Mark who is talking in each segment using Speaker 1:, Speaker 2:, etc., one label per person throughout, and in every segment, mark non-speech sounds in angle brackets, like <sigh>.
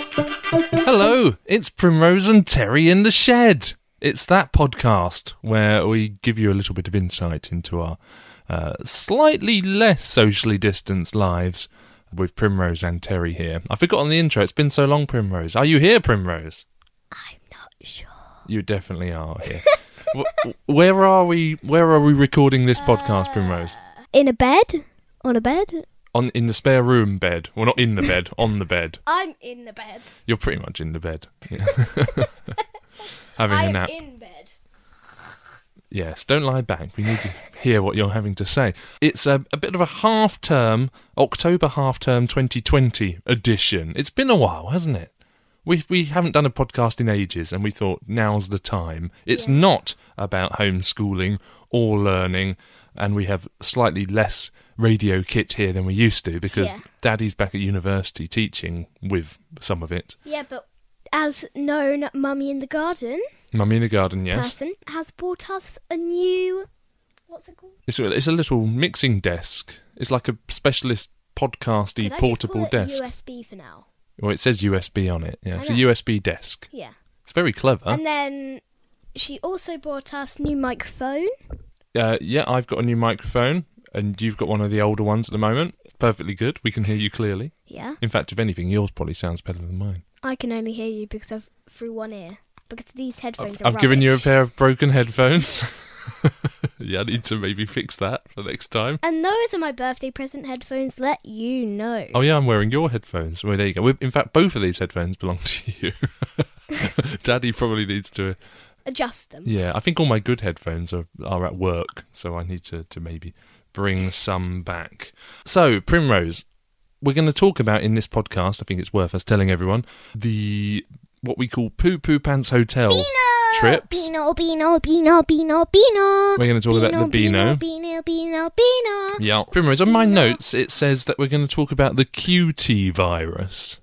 Speaker 1: Hello, it's Primrose and Terry in the Shed. It's that podcast where we give you a little bit of insight into our uh, slightly less socially distanced lives with Primrose and Terry here. I've forgotten the intro. It's been so long, Primrose. Are you here, Primrose?
Speaker 2: I'm not sure.
Speaker 1: You definitely are here. <laughs> Wh- where are we? Where are we recording this
Speaker 2: Uh.
Speaker 1: podcast, Primrose?
Speaker 2: In a bed? On a bed?
Speaker 1: On in the spare room bed. Well, not in the bed. on the bed.
Speaker 2: I'm in the bed.
Speaker 1: You're pretty much in the bed. <laughs> Yeah. Having a nap.
Speaker 2: in bed.
Speaker 1: Yes, don't lie back. We need to hear what you're having to say. It's a, a bit of a half term, October half term 2020 edition. It's been a while, hasn't it? We we haven't done a podcast in ages, and we thought now's the time. It's not about homeschooling or learning, and we have slightly less radio kit here than we used to because
Speaker 2: Yeah.
Speaker 1: Daddy's back at university teaching with some of it.
Speaker 2: Yeah, but as known Mummy in the Garden
Speaker 1: Mummy in the garden, yes.
Speaker 2: person has bought us a new. What's it called?
Speaker 1: It's a, it's a little mixing desk. It's like a specialist podcasty
Speaker 2: Could I just
Speaker 1: portable
Speaker 2: call it
Speaker 1: desk.
Speaker 2: USB for now.
Speaker 1: well, it says USB on it. Yeah, it's a
Speaker 2: know.
Speaker 1: USB desk.
Speaker 2: Yeah.
Speaker 1: It's very clever.
Speaker 2: And then she also bought us new microphone.
Speaker 1: uh, yeah, I've got a new microphone, and you've got one of the older ones at the moment. It's perfectly good. We can hear you clearly.
Speaker 2: Yeah.
Speaker 1: In fact, if anything, yours probably sounds better than mine.
Speaker 2: I can only hear you because I've through one ear because these headphones
Speaker 1: I've
Speaker 2: are
Speaker 1: given you a
Speaker 2: rubbish.
Speaker 1: pair of broken headphones. <laughs> yeah, I need to maybe fix that for next time.
Speaker 2: And those are my birthday present headphones. Let you know.
Speaker 1: Oh yeah, I'm wearing your headphones. Well, there you go. we in fact, both of these headphones belong to you. <laughs> Daddy probably needs to
Speaker 2: Adjust them.
Speaker 1: Yeah, I think all my good headphones are, are at work, so I need to, to maybe bring some back. So, Primrose, we're going to talk about in this podcast, I think it's worth us telling everyone, the what we call Poo Poo Pants Hotel trips.
Speaker 2: Beano, Beano, Beano, Beano, Beano.
Speaker 1: We're going to talk about the Beano.
Speaker 2: Beano, Beano, Beano.
Speaker 1: Yeah. Primrose, on my notes, it says that we're going to talk about the QT virus.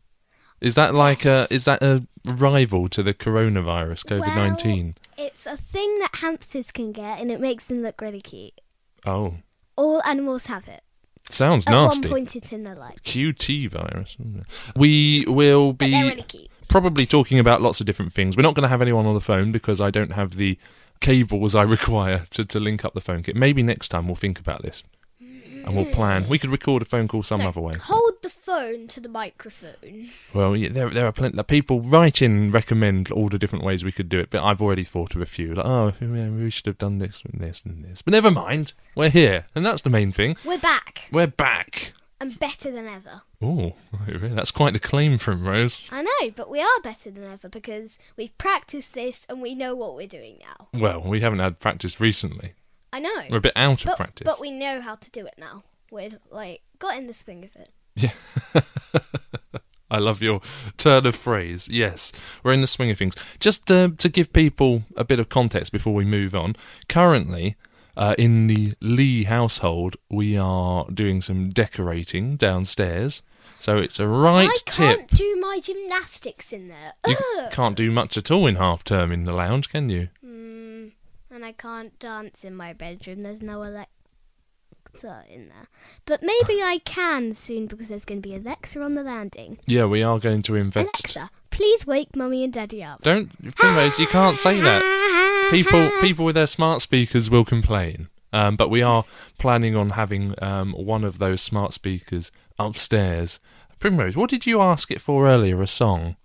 Speaker 1: Is that like a is that a rival to the coronavirus COVID nineteen?
Speaker 2: It's a thing that hamsters can get, and it makes them look really cute.
Speaker 1: Oh,
Speaker 2: All animals have it.
Speaker 1: sounds
Speaker 2: At
Speaker 1: nasty.
Speaker 2: one point, it's in their life.
Speaker 1: QT virus. isn't it? We will
Speaker 2: But they're
Speaker 1: be
Speaker 2: really cute.
Speaker 1: probably talking about lots of different things. We're not going to have anyone on the phone because I don't have the cables I <laughs> require to, to link up the phone kit. Maybe next time we'll think about this and we'll plan. We could record a phone call some other way.
Speaker 2: Hold the phone to the microphone.
Speaker 1: Well, yeah, there, there are plenty of people write in recommend all the different ways we could do it, but I've already thought of a few. Like, oh, yeah, we should have done this and this and this. But never mind. We're here, and that's the main thing.
Speaker 2: We're back
Speaker 1: We're back.
Speaker 2: and better than ever.
Speaker 1: <laughs> Oh, that's quite the claim from Rose.
Speaker 2: I know, but we are better than ever because we've practiced this and we know what we're doing now.
Speaker 1: Well, we haven't had practice recently.
Speaker 2: I know.
Speaker 1: We're a bit out of
Speaker 2: but,
Speaker 1: practice.
Speaker 2: but we know how to do it now. We're like got in the swing of it.
Speaker 1: yeah. I love your turn of phrase. Yes, we're in the swing of things. Just uh, to give people a bit of context before we move on, currently uh, in the Lee household, we are doing some decorating downstairs. So it's a right
Speaker 2: I
Speaker 1: tip.
Speaker 2: can't do my gymnastics in there.
Speaker 1: You
Speaker 2: Ugh.
Speaker 1: can't do much at all in half term in the lounge, can you?
Speaker 2: Mm, and I can't dance in my bedroom. There's no Alexa in there. But maybe I can soon because there's going to be Alexa on the landing.
Speaker 1: Yeah, we are going to invest.
Speaker 2: Alexa, please wake mummy and daddy up.
Speaker 1: Don't, Primrose, you can't say that. people people with their smart speakers will complain. Um, but we are planning on having um, one of those smart speakers upstairs. Primrose, what did you ask it for earlier? A song,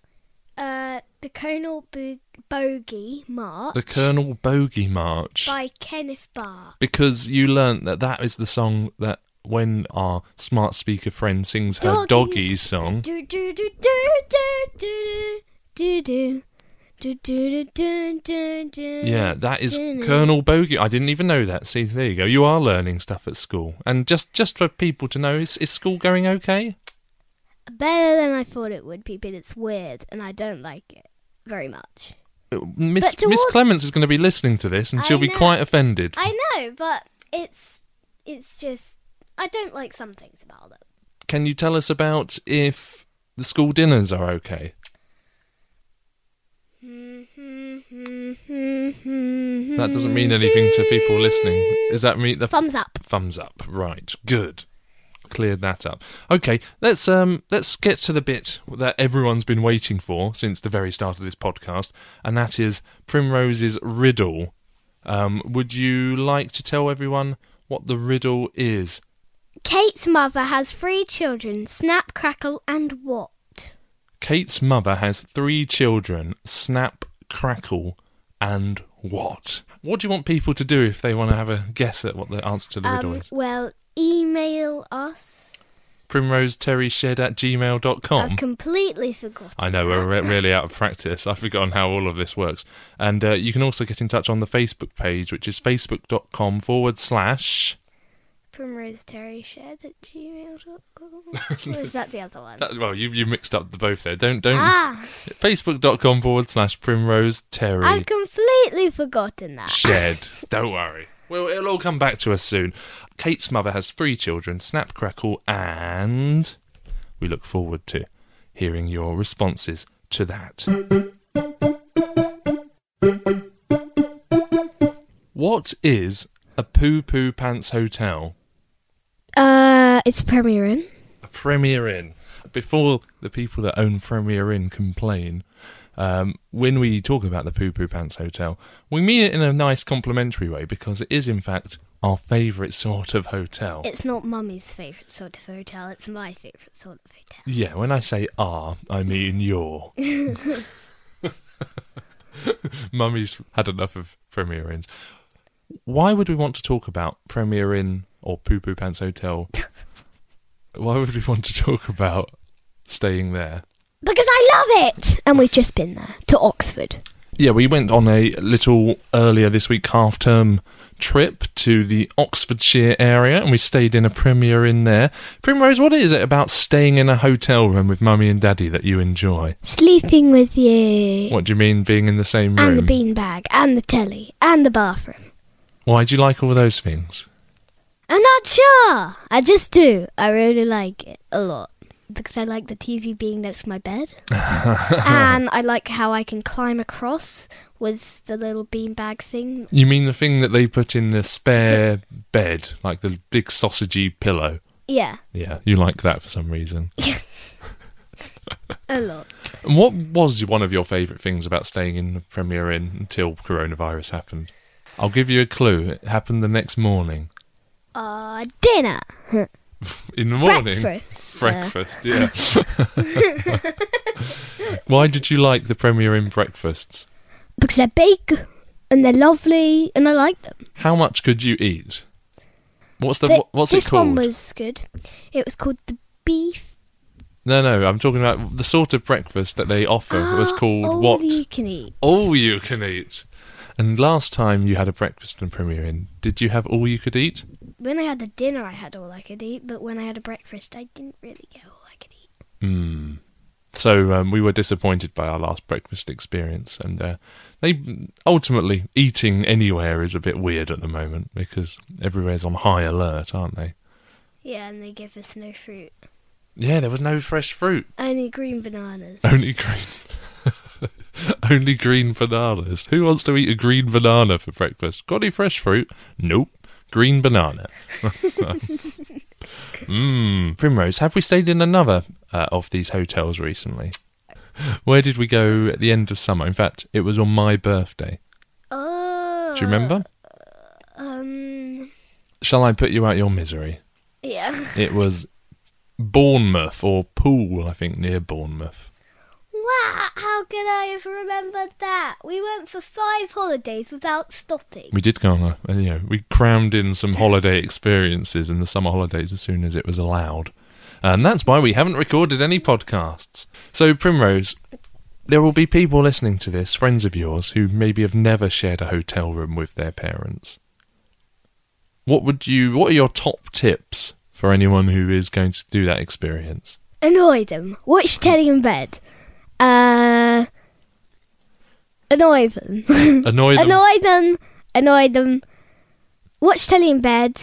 Speaker 2: Uh, the Colonel Bo- Bogey March
Speaker 1: the Colonel Bogey March,
Speaker 2: by Kenneth Barr.
Speaker 1: because you learnt that that is the song that when our smart speaker friend sings her
Speaker 2: Doggies.
Speaker 1: doggy song,
Speaker 2: Do do do do do do do do do. Do, do, do, do, do,
Speaker 1: yeah, that is
Speaker 2: Dunno.
Speaker 1: Colonel Bogey. I didn't even know that. See, there you go. You are learning stuff at school, and just just for people to know, is is school going okay?
Speaker 2: Better than I thought it would be, but it's weird and I don't like it very much.
Speaker 1: Miss,
Speaker 2: But to
Speaker 1: Miss
Speaker 2: all-
Speaker 1: Clements is going to be listening to this, and
Speaker 2: I
Speaker 1: she'll be
Speaker 2: know.
Speaker 1: quite offended.
Speaker 2: I know, but it's it's just I don't like some things about it.
Speaker 1: Can you tell us about if the school dinners are okay? That
Speaker 2: That
Speaker 1: doesn't mean anything to people listening. Is that mean the
Speaker 2: <laughs> Thumbs up.
Speaker 1: thumbs up? Right, good. Cleared that up. Okay, let's um let's get to the bit that everyone's been waiting for since the very start of this podcast, and that is Primrose's riddle. Um, would you like to tell everyone what the riddle is?
Speaker 2: Kate's mother has three children Snap, Crackle, and What?
Speaker 1: Kate's mother has three children Snap, Crackle, and what? What do you want people to do if they want to have a guess at what the answer to the riddle
Speaker 2: Um,
Speaker 1: is?
Speaker 2: well, email us.
Speaker 1: Primroseterryshed at gmail.com.
Speaker 2: I've completely forgotten.
Speaker 1: Oh. I know, we're
Speaker 2: <laughs>
Speaker 1: re- really out of practice. I've forgotten how all of this works. And uh, you can also get in touch on the Facebook page, which is facebook.com forward slash.
Speaker 2: Primrose Terry Shed at
Speaker 1: <laughs>
Speaker 2: gmail.com. or is that the other one?
Speaker 1: that- uh, well, you you mixed up the both there. Don't, don't.
Speaker 2: ah,
Speaker 1: Facebook.com forward slash primrose terry.
Speaker 2: I've completely forgotten that.
Speaker 1: shed. Don't worry. Well, it'll all come back to us soon. Kate's mother has three children Snap, Crackle, and. We look forward to hearing your responses to that. What is a Poo Poo Pants Hotel?
Speaker 2: Uh, it's Premier Inn.
Speaker 1: a Premier Inn. Before the people that own Premier Inn complain, um, when we talk about the Poo Poo Pants Hotel, we mean it in a nice complimentary way because it is, in fact, our favourite sort of hotel.
Speaker 2: It's not Mummy's favourite sort of hotel, it's my favourite sort of hotel.
Speaker 1: yeah, when I say our, I mean your. Mummy's had enough of Premier Inns. Why would we want to talk about Premier Inn or Poo Poo Pants Hotel? Why would we want to talk about staying there?
Speaker 2: Because I love it! And we've just been there, to Oxford.
Speaker 1: Yeah, we went on a little earlier this week half term trip to the Oxfordshire area and we stayed in a Premier Inn there. Primrose, what is it about staying in a hotel room with mummy and daddy that you enjoy?
Speaker 2: Sleeping with you.
Speaker 1: What do you mean being in the same
Speaker 2: And the
Speaker 1: room?
Speaker 2: beanbag, and the telly, and the bathroom.
Speaker 1: Why do you like all those things?
Speaker 2: I'm not sure! I just do. I really like it a lot. Because I like the TV being next to
Speaker 1: <laughs>
Speaker 2: my bed. and I like how I can climb across with the little beanbag thing.
Speaker 1: You mean the thing that they put in the spare bed, like the big sausagey pillow?
Speaker 2: Yeah,
Speaker 1: Yeah, you like that for some reason.
Speaker 2: a lot.
Speaker 1: And what was one of your favourite things about staying in the Premier Inn until coronavirus happened? I'll give you a clue. It happened the next morning.
Speaker 2: Uh, dinner.
Speaker 1: In the morning?
Speaker 2: Breakfast.
Speaker 1: Breakfast, yeah. <laughs> Why did you like the Premier Inn breakfasts?
Speaker 2: because they're big and they're lovely and I like them.
Speaker 1: How much could you eat? What's the
Speaker 2: But
Speaker 1: what's
Speaker 2: this
Speaker 1: it called?
Speaker 2: one was good. It was called the beef.
Speaker 1: no, no, I'm talking about the sort of breakfast that they offer Oh, was
Speaker 2: Ah,
Speaker 1: called
Speaker 2: all
Speaker 1: what? Oh.
Speaker 2: you can eat.
Speaker 1: All you can eat. And last time you had a breakfast in Premier Inn, did you have all you could eat?
Speaker 2: When I had the dinner, I had all I could eat, but when I had a breakfast, I didn't really get all I could eat.
Speaker 1: Mm. So um, we were disappointed by our last breakfast experience, and uh, they ultimately eating anywhere is a bit weird at the moment because everywhere's on high alert, aren't they?
Speaker 2: Yeah, and they give us no fruit,
Speaker 1: Yeah, there was no fresh fruit,
Speaker 2: only green
Speaker 1: <laughs>
Speaker 2: bananas.
Speaker 1: only green, only green bananas. Who wants to eat a green banana for breakfast? Got any fresh fruit? Nope. Green banana. Mmm. Primrose, have we stayed in another uh, of these hotels recently? Where did we go at the end of summer? In fact, it was on my birthday.
Speaker 2: Oh.
Speaker 1: Do you remember?
Speaker 2: Um.
Speaker 1: Uh. Shall I put you out your misery?
Speaker 2: Yeah. <laughs>
Speaker 1: It was Bournemouth or Poole, I think, near Bournemouth.
Speaker 2: Wow, how could I have remembered that? We went for five holidays without stopping.
Speaker 1: We did go on, a, uh, you know, we crammed in some holiday experiences in the summer holidays as soon as it was allowed. And that's why we haven't recorded any podcasts. So, Primrose, there will be people listening to this, friends of yours, who maybe have never shared a hotel room with their parents. What would you, what are your top tips for anyone who is going to do that experience?
Speaker 2: Annoy them. Watch telly in bed. Uh, annoy them.
Speaker 1: Annoy them.
Speaker 2: annoy them. Annoy them. Watch telly in bed.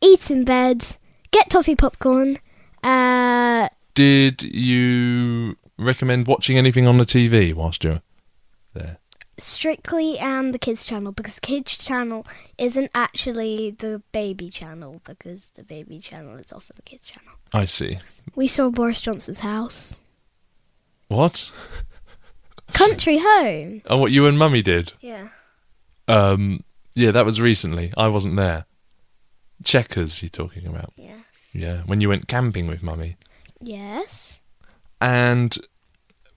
Speaker 2: Eat in bed. Get toffee popcorn. Uh,
Speaker 1: Did you recommend watching anything on the TV whilst you were? there?
Speaker 2: Strictly and the kids channel because kids channel isn't actually the baby channel because the baby channel is often the kids channel.
Speaker 1: I see.
Speaker 2: We saw Boris Johnson's house,
Speaker 1: What?
Speaker 2: country home.
Speaker 1: Oh, what you and Mummy did?
Speaker 2: Yeah.
Speaker 1: Um, yeah, that was recently. I wasn't there. Checkers, you're talking about?
Speaker 2: Yeah.
Speaker 1: Yeah, when you went camping with Mummy.
Speaker 2: Yes.
Speaker 1: And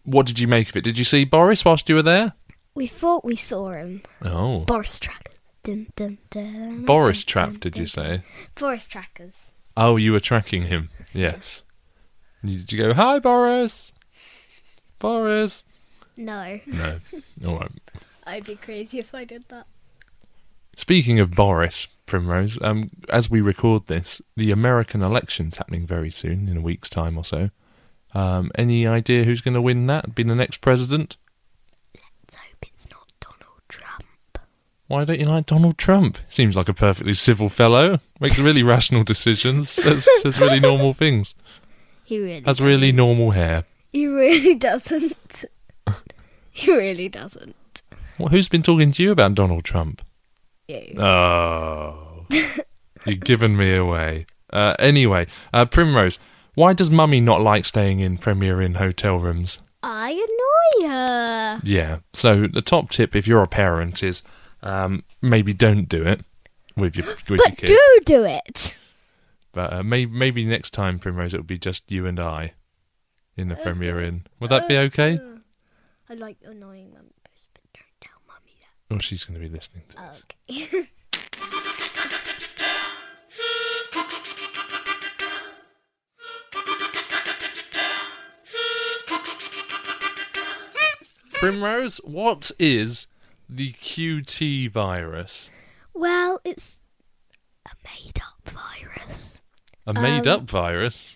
Speaker 1: what did you make of it? Did you see Boris whilst you were there?
Speaker 2: We thought we saw him.
Speaker 1: Oh,
Speaker 2: Boris trackers. Dun, dun, dun,
Speaker 1: Boris
Speaker 2: dun, dun,
Speaker 1: trap? Did you
Speaker 2: dun.
Speaker 1: say?
Speaker 2: Boris trackers.
Speaker 1: Oh, you were tracking him. Yes. Did you go, hi, Boris? Boris?
Speaker 2: No,
Speaker 1: No. All right.
Speaker 2: I'd be crazy if I did that.
Speaker 1: Speaking of Boris Primrose, um, as we record this, the American election's happening very soon, in a week's time or so. Um, any idea who's going to win that? Be the next president?
Speaker 2: Let's hope it's not Donald Trump.
Speaker 1: Why don't you like Donald Trump? Seems like a perfectly civil fellow. Makes really rational decisions. Says, says really normal things.
Speaker 2: He really.
Speaker 1: Has really normal hair.
Speaker 2: He really <laughs> doesn't. he really doesn't.
Speaker 1: Well, who's been talking to you about Donald Trump?
Speaker 2: You.
Speaker 1: Oh, you've given me away. Uh, anyway, uh, Primrose, why does Mummy not like staying in Premier Inn hotel rooms?
Speaker 2: I annoy her.
Speaker 1: Yeah. So the top tip, if you're a parent, is um, maybe don't do it with your with your
Speaker 2: But
Speaker 1: kid.
Speaker 2: do do it.
Speaker 1: but uh, may- maybe next time, Primrose, it'll be just you and I in the Premier Inn. Would that be okay?
Speaker 2: I like annoying mum, but don't tell mummy that.
Speaker 1: Oh, she's going to be listening. To
Speaker 2: Oh, okay. <laughs>
Speaker 1: Primrose, what is the QT virus?
Speaker 2: well, it's a made-up virus.
Speaker 1: A
Speaker 2: Um,
Speaker 1: made-up virus.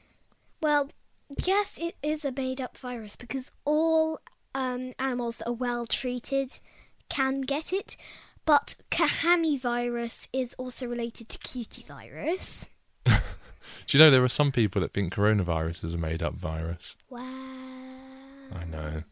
Speaker 2: Well, yes, it is a made up virus because all um, animals that are well treated can get it. But Kahami virus is also related to cutie virus.
Speaker 1: Do you know there are some people that think coronavirus is a made up virus?
Speaker 2: Wow.
Speaker 1: I know.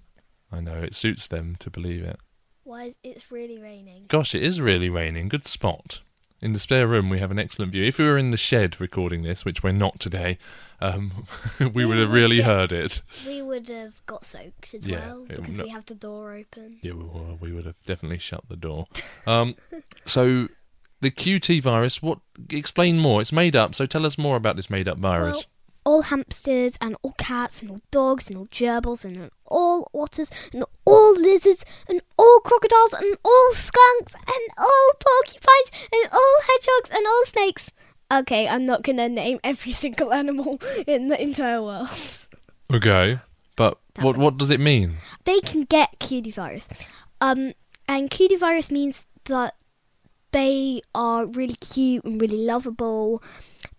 Speaker 1: I know. It suits them to believe it.
Speaker 2: Why is it's really raining?
Speaker 1: Gosh, it is really raining. Good spot. In the spare room, we have an excellent view. If we were in the shed recording this, which we're not today, um, <laughs> we would have really heard it.
Speaker 2: We would have got soaked as
Speaker 1: Yeah,
Speaker 2: well
Speaker 1: it would
Speaker 2: because
Speaker 1: not-
Speaker 2: we have the door open.
Speaker 1: Yeah, we, were- we would have definitely shut the door. Um, so, the QT virus, what? explain more. It's made up, so tell us more about this made up virus.
Speaker 2: Well, all hamsters and all cats and all dogs and all gerbils and all otters and all lizards and all crocodiles and all skunks and all porcupines and all hedgehogs and all snakes. Okay, I'm not gonna name every <laughs> single animal in the entire world.
Speaker 1: okay, but what, what does it mean?
Speaker 2: They can get cutie virus. Um, and cutie virus means that they are really cute and really lovable,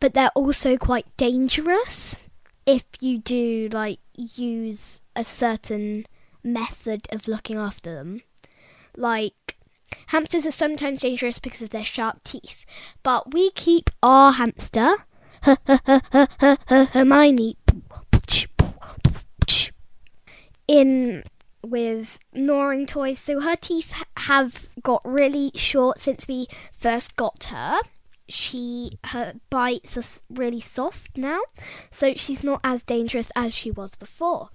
Speaker 2: but they're also quite dangerous if you do like use a certain method of looking after them. Like hamsters are sometimes dangerous because of their sharp teeth, but we keep our hamster <laughs> Hermione in with gnawing toys, so her teeth ha- have got really short since we first got her. She her bites are s- really soft now, so she's not as dangerous as she was before.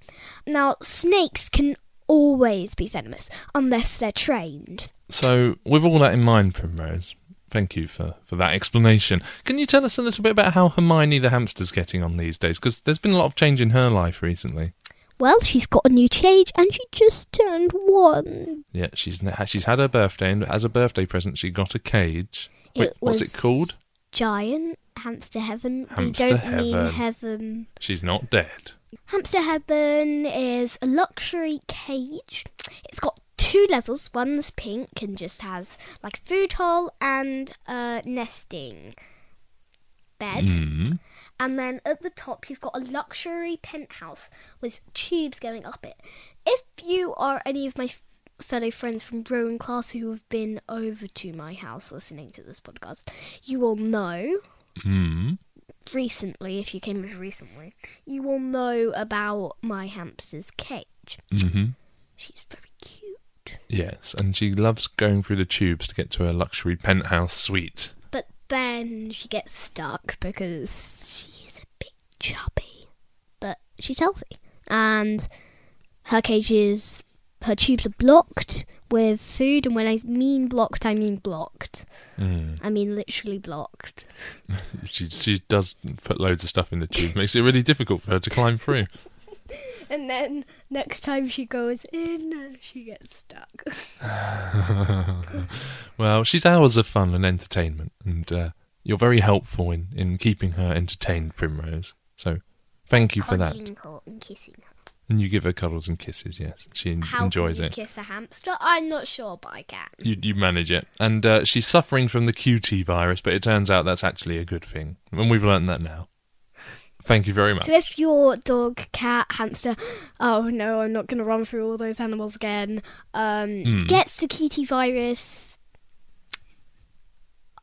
Speaker 2: Now snakes can always be venomous unless they're trained.
Speaker 1: So, with all that in mind, Primrose, thank you for, for that explanation. Can you tell us a little bit about how Hermione the hamster's getting on these days? Because there's been a lot of change in her life recently.
Speaker 2: Well, she's got a new cage and she just turned one.
Speaker 1: Yeah, she's n- ha- she's had her birthday, and as a birthday present, she got a cage. Wait,
Speaker 2: It
Speaker 1: what's
Speaker 2: was-
Speaker 1: it called?
Speaker 2: Giant hamster heaven.
Speaker 1: Hamster
Speaker 2: we don't mean
Speaker 1: heaven.
Speaker 2: heaven.
Speaker 1: She's not dead.
Speaker 2: Hamster Heaven is a luxury cage. It's got two levels. One's pink and just has like a food hole and a nesting bed.
Speaker 1: Mm.
Speaker 2: And then at the top, you've got a luxury penthouse with tubes going up it. If you are any of my f- fellow friends from rowing class who have been over to my house listening to this podcast, you will know
Speaker 1: Mm.
Speaker 2: recently, if you came with recently, you will know about my hamster's cage.
Speaker 1: Mm-hmm.
Speaker 2: She's very cute. cute.
Speaker 1: Yes, and she loves going through the tubes to get to her luxury penthouse suite.
Speaker 2: But then she gets stuck because she is a bit chubby. But she's healthy. And her cages, her tubes are blocked with food. And when I mean blocked, I mean blocked.
Speaker 1: Mm.
Speaker 2: I mean literally blocked.
Speaker 1: She she does put loads of stuff in the tube, makes it really difficult for her to climb through.
Speaker 2: And then next time she goes in, she gets stuck.
Speaker 1: Well, she's hours of fun and entertainment, and uh, you're very helpful in, in keeping her entertained, Primrose. So thank you for that.
Speaker 2: Hugging her and kissing her.
Speaker 1: And you give her cuddles and kisses, yes. She en-
Speaker 2: How
Speaker 1: enjoys
Speaker 2: can you
Speaker 1: it.
Speaker 2: kiss a hamster? I'm not sure, but I can.
Speaker 1: You, you manage it. And uh, she's suffering from the QT virus, but it turns out that's actually a good thing. And we've learned that now. Thank you very much.
Speaker 2: So if your dog, cat, hamster, oh no, I'm not going to run through all those animals again, um,
Speaker 1: Hmm.
Speaker 2: gets the Kitty virus,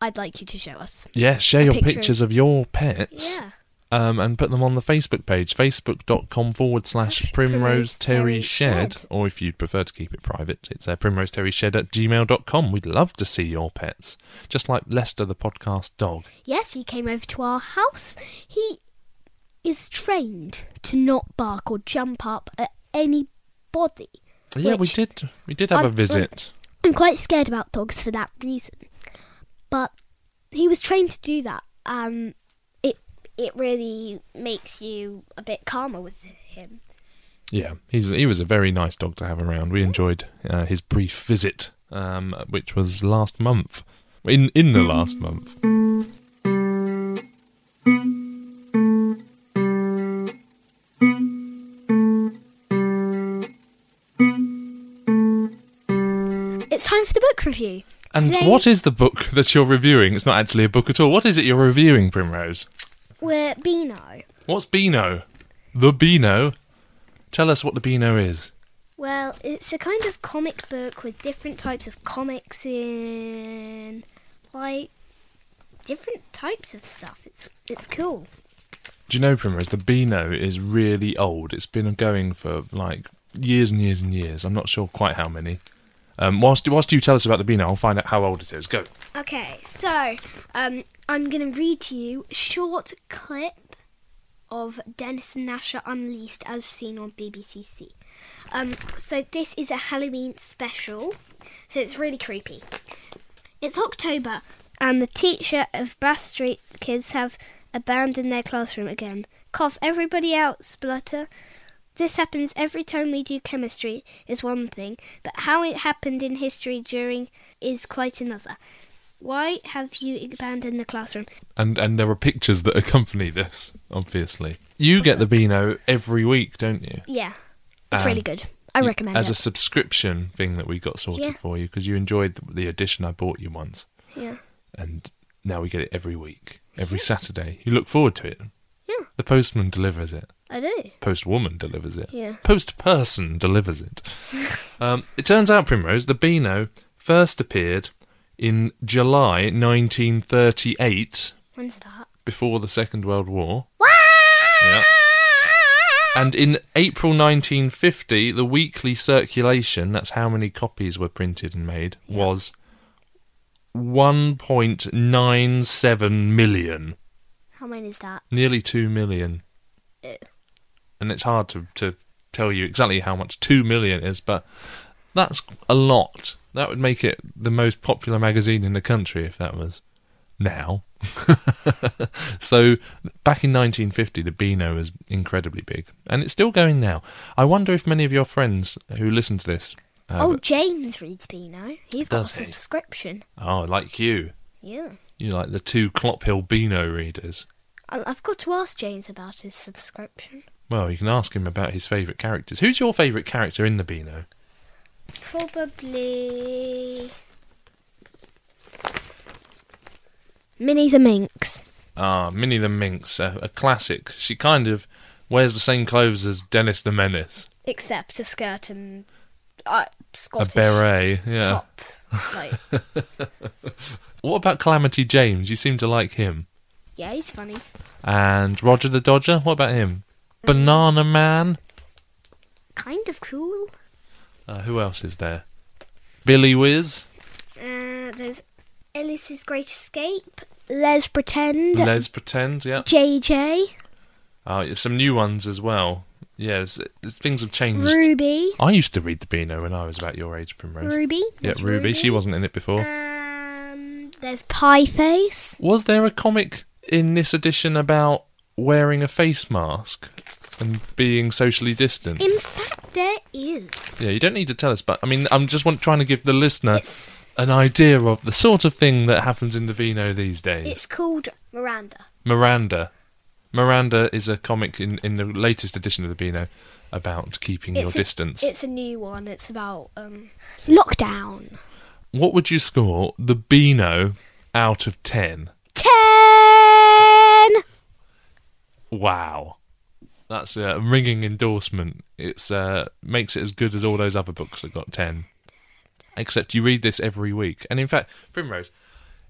Speaker 2: I'd like you to show us.
Speaker 1: Yes, share your
Speaker 2: picture.
Speaker 1: pictures of your pets
Speaker 2: Yeah.
Speaker 1: um, and put them on the Facebook page, facebook.com forward slash primrose
Speaker 2: Primrose
Speaker 1: terry
Speaker 2: Terry
Speaker 1: shed.
Speaker 2: Shed.
Speaker 1: Or if you'd prefer to keep it private, it's uh, primrose terry shed at gmail.com. We'd love to see your pets, just like Lester the podcast dog.
Speaker 2: Yes, he came over to our house. He is trained to not bark or jump up at anybody.
Speaker 1: Yeah, we
Speaker 2: Which-
Speaker 1: did. We did have a
Speaker 2: Um,
Speaker 1: visit.
Speaker 2: I'm quite scared about dogs for that reason. But he was trained to do that. Um, it it really makes you a bit calmer with him.
Speaker 1: Yeah, he's he was a very nice dog to have around. We enjoyed uh, his brief visit, um, which was last month. In in the last month.
Speaker 2: It's time for the book review.
Speaker 1: And
Speaker 2: Today
Speaker 1: what is the book that you're reviewing? It's not actually a book at all. What is it you're reviewing, Primrose?
Speaker 2: We're Beano.
Speaker 1: What's Beano? The Beano? Tell us what the Beano is.
Speaker 2: Well, it's a kind of comic book with different types of comics in, like different types of stuff. It's it's cool.
Speaker 1: Do you know, Primrose, the Beano is really old. It's been going for like years and years and years. I'm not sure quite how many. Um, whilst, whilst you tell us about the Beano, I'll find out how old it is. Go.
Speaker 2: Okay, so um, I'm going to read to you a short clip of Dennis and Nasher Unleashed as seen on BBCC. Um, so this is a Halloween special, so it's really creepy. It's October, and the teacher of Bath Street kids have abandoned their classroom again. Cough everybody out, splutter. This happens every time we do chemistry, is one thing, but how it happened in history during is quite another. Why have you abandoned the classroom?
Speaker 1: and and there are pictures that accompany this. Obviously, you get the Beano every week, don't you?
Speaker 2: Yeah, it's
Speaker 1: Um,
Speaker 2: really good. I
Speaker 1: You-
Speaker 2: recommend
Speaker 1: as a
Speaker 2: it.
Speaker 1: subscription thing that we got sorted
Speaker 2: Yeah.
Speaker 1: for you because you enjoyed the, the edition I bought you once,
Speaker 2: yeah,
Speaker 1: and now we get it every week, every Saturday. You look forward to it.
Speaker 2: yeah,
Speaker 1: The postman delivers it.
Speaker 2: I do.
Speaker 1: Postwoman delivers it.
Speaker 2: Yeah.
Speaker 1: Post person delivers
Speaker 2: <laughs>
Speaker 1: it. um, it turns out, Primrose, the Beano first appeared in July 1938,
Speaker 2: When's that?
Speaker 1: before the Second World War. Yeah. And in April 1950, the weekly circulation, that's how many copies were printed and made, was 1.97 million.
Speaker 2: How many is that?
Speaker 1: Nearly 2 million.
Speaker 2: Ew.
Speaker 1: And it's hard to, to tell you exactly how much 2 million is, but that's a lot. That would make it the most popular magazine in the country if that was now. <laughs> so back in 1950, the Beano was incredibly big, and it's still going now. I wonder if many of your friends who listen to this, uh,
Speaker 2: oh, James reads Beano. He's got a
Speaker 1: Does he?
Speaker 2: subscription.
Speaker 1: oh, like you,
Speaker 2: Yeah.
Speaker 1: you like the two Clop Hill Beano readers.
Speaker 2: I- I've got to ask James about his subscription.
Speaker 1: Well, you can ask him about his favourite characters. Who's your favourite character in the Beano?
Speaker 2: Probably. Minnie the Minx.
Speaker 1: Ah, Minnie the Minx, a, a classic. She kind of wears the same clothes as Dennis the Menace,
Speaker 2: Except a skirt and. Uh, Scottish
Speaker 1: a beret. Yeah. <laughs>
Speaker 2: top. Like,
Speaker 1: What about Calamity James? You seem to like him.
Speaker 2: yeah, he's funny.
Speaker 1: And Roger the Dodger, what about him? Banana Man.
Speaker 2: Kind of cool.
Speaker 1: Uh, who else is there? Billy Whiz,
Speaker 2: Uh, there's Alice's Great Escape, Les Pretend,
Speaker 1: Les Pretend, yeah.
Speaker 2: JJ,
Speaker 1: Oh, yeah, some new ones as well. Yeah, it's, it's, things have changed.
Speaker 2: Ruby,
Speaker 1: I used to read the Beano when I was about your age, Primrose.
Speaker 2: Ruby.
Speaker 1: yeah,
Speaker 2: there's
Speaker 1: Ruby. She wasn't in it before.
Speaker 2: Um, there's Pie Face.
Speaker 1: was there a comic in this edition about wearing a face mask and being socially distant?
Speaker 2: In fact, there is.
Speaker 1: yeah, you don't need to tell us, but I mean, I'm just want, trying to give the listener
Speaker 2: It's
Speaker 1: an idea of the sort of thing that happens in the Vino these days.
Speaker 2: it's called Miranda.
Speaker 1: Miranda. Miranda is a comic in, in the latest edition of the Beano about keeping your
Speaker 2: It's a-
Speaker 1: distance.
Speaker 2: It's a new one. It's about um lockdown.
Speaker 1: What would you score the Beano out of 10?
Speaker 2: Ten.
Speaker 1: Wow. That's a ringing endorsement. It's uh, makes it as good as all those other books that got 10. Except you read this every week. And in fact, Primrose,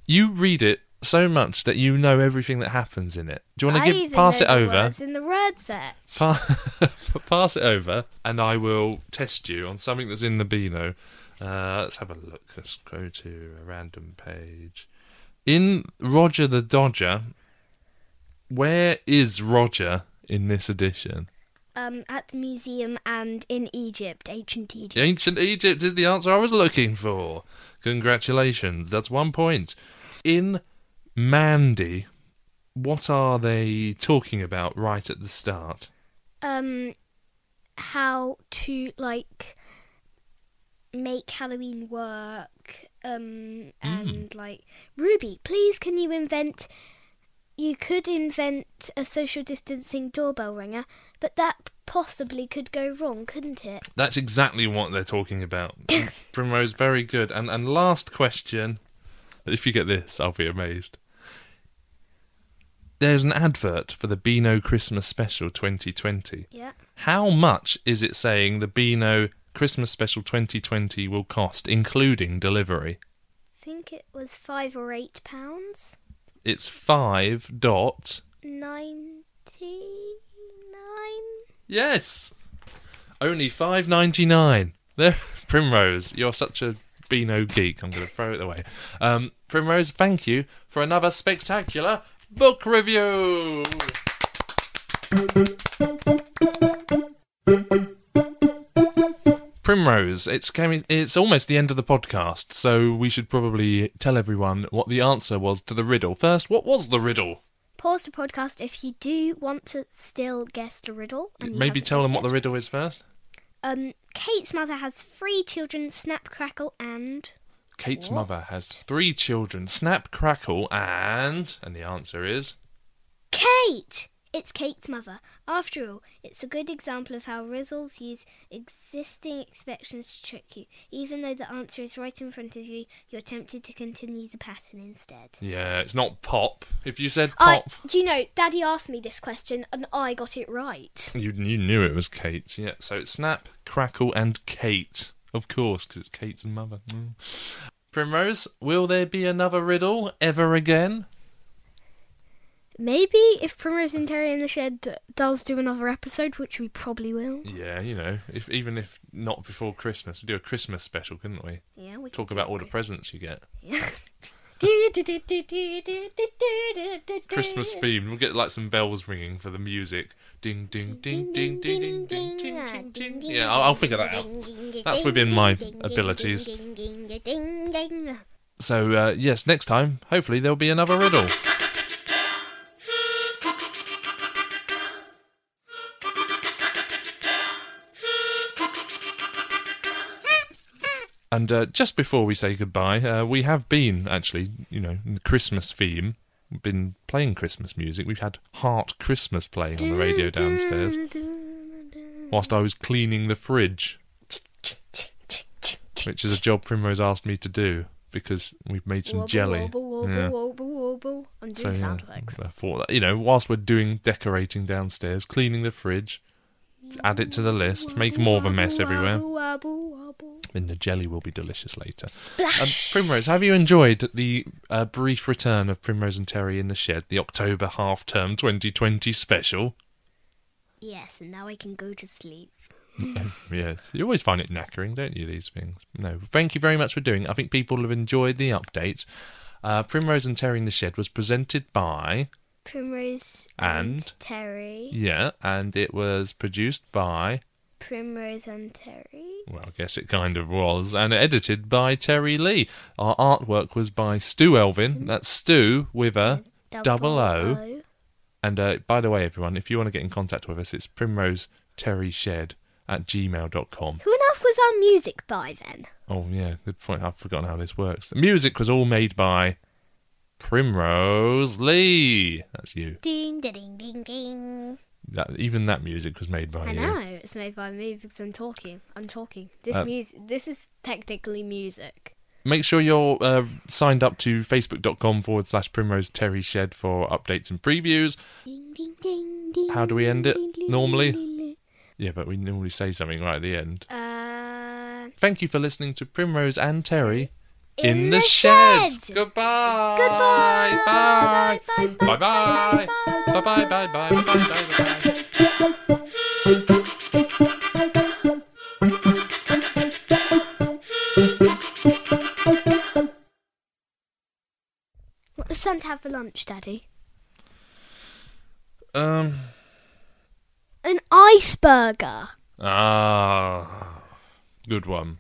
Speaker 1: you read it so much that you know everything that happens in it. Do you want
Speaker 2: I
Speaker 1: to give
Speaker 2: even
Speaker 1: pass
Speaker 2: know
Speaker 1: it
Speaker 2: the
Speaker 1: over?
Speaker 2: words in the word search.
Speaker 1: Pa- <laughs> pass it over, and I will test you on something that's in the Beano. Uh, let's have a look. Let's go to a random page. In Roger the Dodger, where is Roger in this edition?
Speaker 2: Um, at the museum and in Egypt, ancient Egypt.
Speaker 1: Ancient Egypt is the answer I was looking for. Congratulations, that's one point. In Mandy, what are they talking about right at the start?
Speaker 2: um how to like make Halloween work um
Speaker 1: Hmm.
Speaker 2: and like Ruby please can you invent you could invent a social distancing doorbell ringer but that possibly could go wrong couldn't it
Speaker 1: That's exactly what they're talking about. Primrose, very good. And and last question. If you get this, I'll be amazed. There's an advert for the Beano Christmas Special 2020.
Speaker 2: yeah
Speaker 1: How much is it saying the Beano Christmas Special 2020 will cost, including delivery?
Speaker 2: I think it was 5 or 8 pounds
Speaker 1: It's five dot.
Speaker 2: 99
Speaker 1: Yes, only five ninety nine. There, <laughs> Primrose, you're such a Beano geek. I'm going to throw it away. Um, Primrose, thank you for another spectacular book review. Primrose, it's coming. It's almost the end of the podcast, so we should probably tell everyone what the answer was to the riddle. First, what was the riddle?
Speaker 2: pause the podcast if you do want to still guess the riddle and you
Speaker 1: Maybe
Speaker 2: haven't
Speaker 1: tell them
Speaker 2: guessed
Speaker 1: what
Speaker 2: it.
Speaker 1: the riddle is first.
Speaker 2: Um, Kate's mother has three children: Snap, Crackle, and
Speaker 1: Kate's mother has three children, Snap, Crackle, and. And the answer is.
Speaker 2: Kate. It's Kate's mother. After all, it's a good example of how riddles use existing expressions to trick you. Even though the answer is right in front of you, you're tempted to continue the pattern instead.
Speaker 1: Yeah, it's not pop. If you said
Speaker 2: I,
Speaker 1: pop.
Speaker 2: do you know, Daddy asked me this question and I got it right.
Speaker 1: You, you knew it was Kate, yeah. So it's Snap, Crackle, and Kate. Of course, because it's Kate's mother. Mm. Primrose, will there be another riddle ever again?
Speaker 2: Maybe if Primrose and Terry in the Shed d- does do another episode, which we probably will.
Speaker 1: Yeah, you know, if even if not before Christmas, we'd do a Christmas special, couldn't we?
Speaker 2: Yeah, we
Speaker 1: Talk about all the presents you get. Christmas
Speaker 2: Christmas
Speaker 1: themed. We'll get like some bells ringing for the music. Ding, ding, ding, ding, ding, ding, ding, ding, ding, ding. Yeah, I'll, I'll figure that out. That's within my abilities. So, uh, yes, next time, hopefully, there'll be another riddle. And uh, just before we say goodbye, uh, we have been actually, you know, in the Christmas theme, we've been playing Christmas music. We've had Heart Christmas playing on the radio downstairs whilst I was cleaning the fridge, which is a job Primrose asked me to do because we've made some
Speaker 2: Wobble,
Speaker 1: jelly.
Speaker 2: wobble, wobble,
Speaker 1: Yeah.
Speaker 2: wobble, wobble. I'm doing
Speaker 1: yeah,
Speaker 2: sound effects.
Speaker 1: I thought that, you know, whilst we're doing decorating downstairs, cleaning the fridge, add it to the list, make more of a mess
Speaker 2: Wobble,
Speaker 1: everywhere.
Speaker 2: wobble, wobble, wobble.
Speaker 1: And the jelly will be delicious later. And
Speaker 2: Splash.
Speaker 1: Primrose, have you enjoyed the uh, brief return of Primrose and Terry in the Shed, the October half term 2020 special?
Speaker 2: Yes, and now I can go to sleep.
Speaker 1: yes, you always find it knackering, don't you? These things. No, thank you very much for doing. it. I think people have enjoyed the update. Uh, Primrose and Tearing the Shed was presented by
Speaker 2: Primrose
Speaker 1: and
Speaker 2: Terry.
Speaker 1: yeah, and it was produced by
Speaker 2: Primrose and Terry.
Speaker 1: well, I guess it kind of was, and edited by Terry Lee. Our artwork was by Stu Elvin. That's Stu with a double O. And uh, by the way, everyone, if you want to get in contact with us, it's primrose terry shed at gmail.com.
Speaker 2: Who enough was our music by then?
Speaker 1: Oh, yeah, good point. I've forgotten how this works. The music was all made by Primrose Lee. That's you.
Speaker 2: Ding, ding, ding, ding, ding.
Speaker 1: That, even that music was made by
Speaker 2: I
Speaker 1: you.
Speaker 2: know it's made by me because I'm talking. I'm talking. This
Speaker 1: Uh,
Speaker 2: music. This is technically music.
Speaker 1: Make sure you're uh, signed up to facebook.com forward slash primrose terry shed for updates and previews.
Speaker 2: Ding, ding, ding, ding.
Speaker 1: How do we end it
Speaker 2: ding, ding,
Speaker 1: normally?
Speaker 2: ding, ding,
Speaker 1: Yeah, but we normally say something right at the end.
Speaker 2: ding. Uh,
Speaker 1: Thank you for listening to Primrose and Terry
Speaker 2: In the Shed.
Speaker 1: Goodbye.
Speaker 2: Goodbye.
Speaker 1: Bye. Bye. Bye. Bye. Bye. Bye. Bye. Bye. Bye. Bye.
Speaker 2: what does Santa have for lunch, Daddy?
Speaker 1: Um.
Speaker 2: An ice burger.
Speaker 1: Ah. Good one.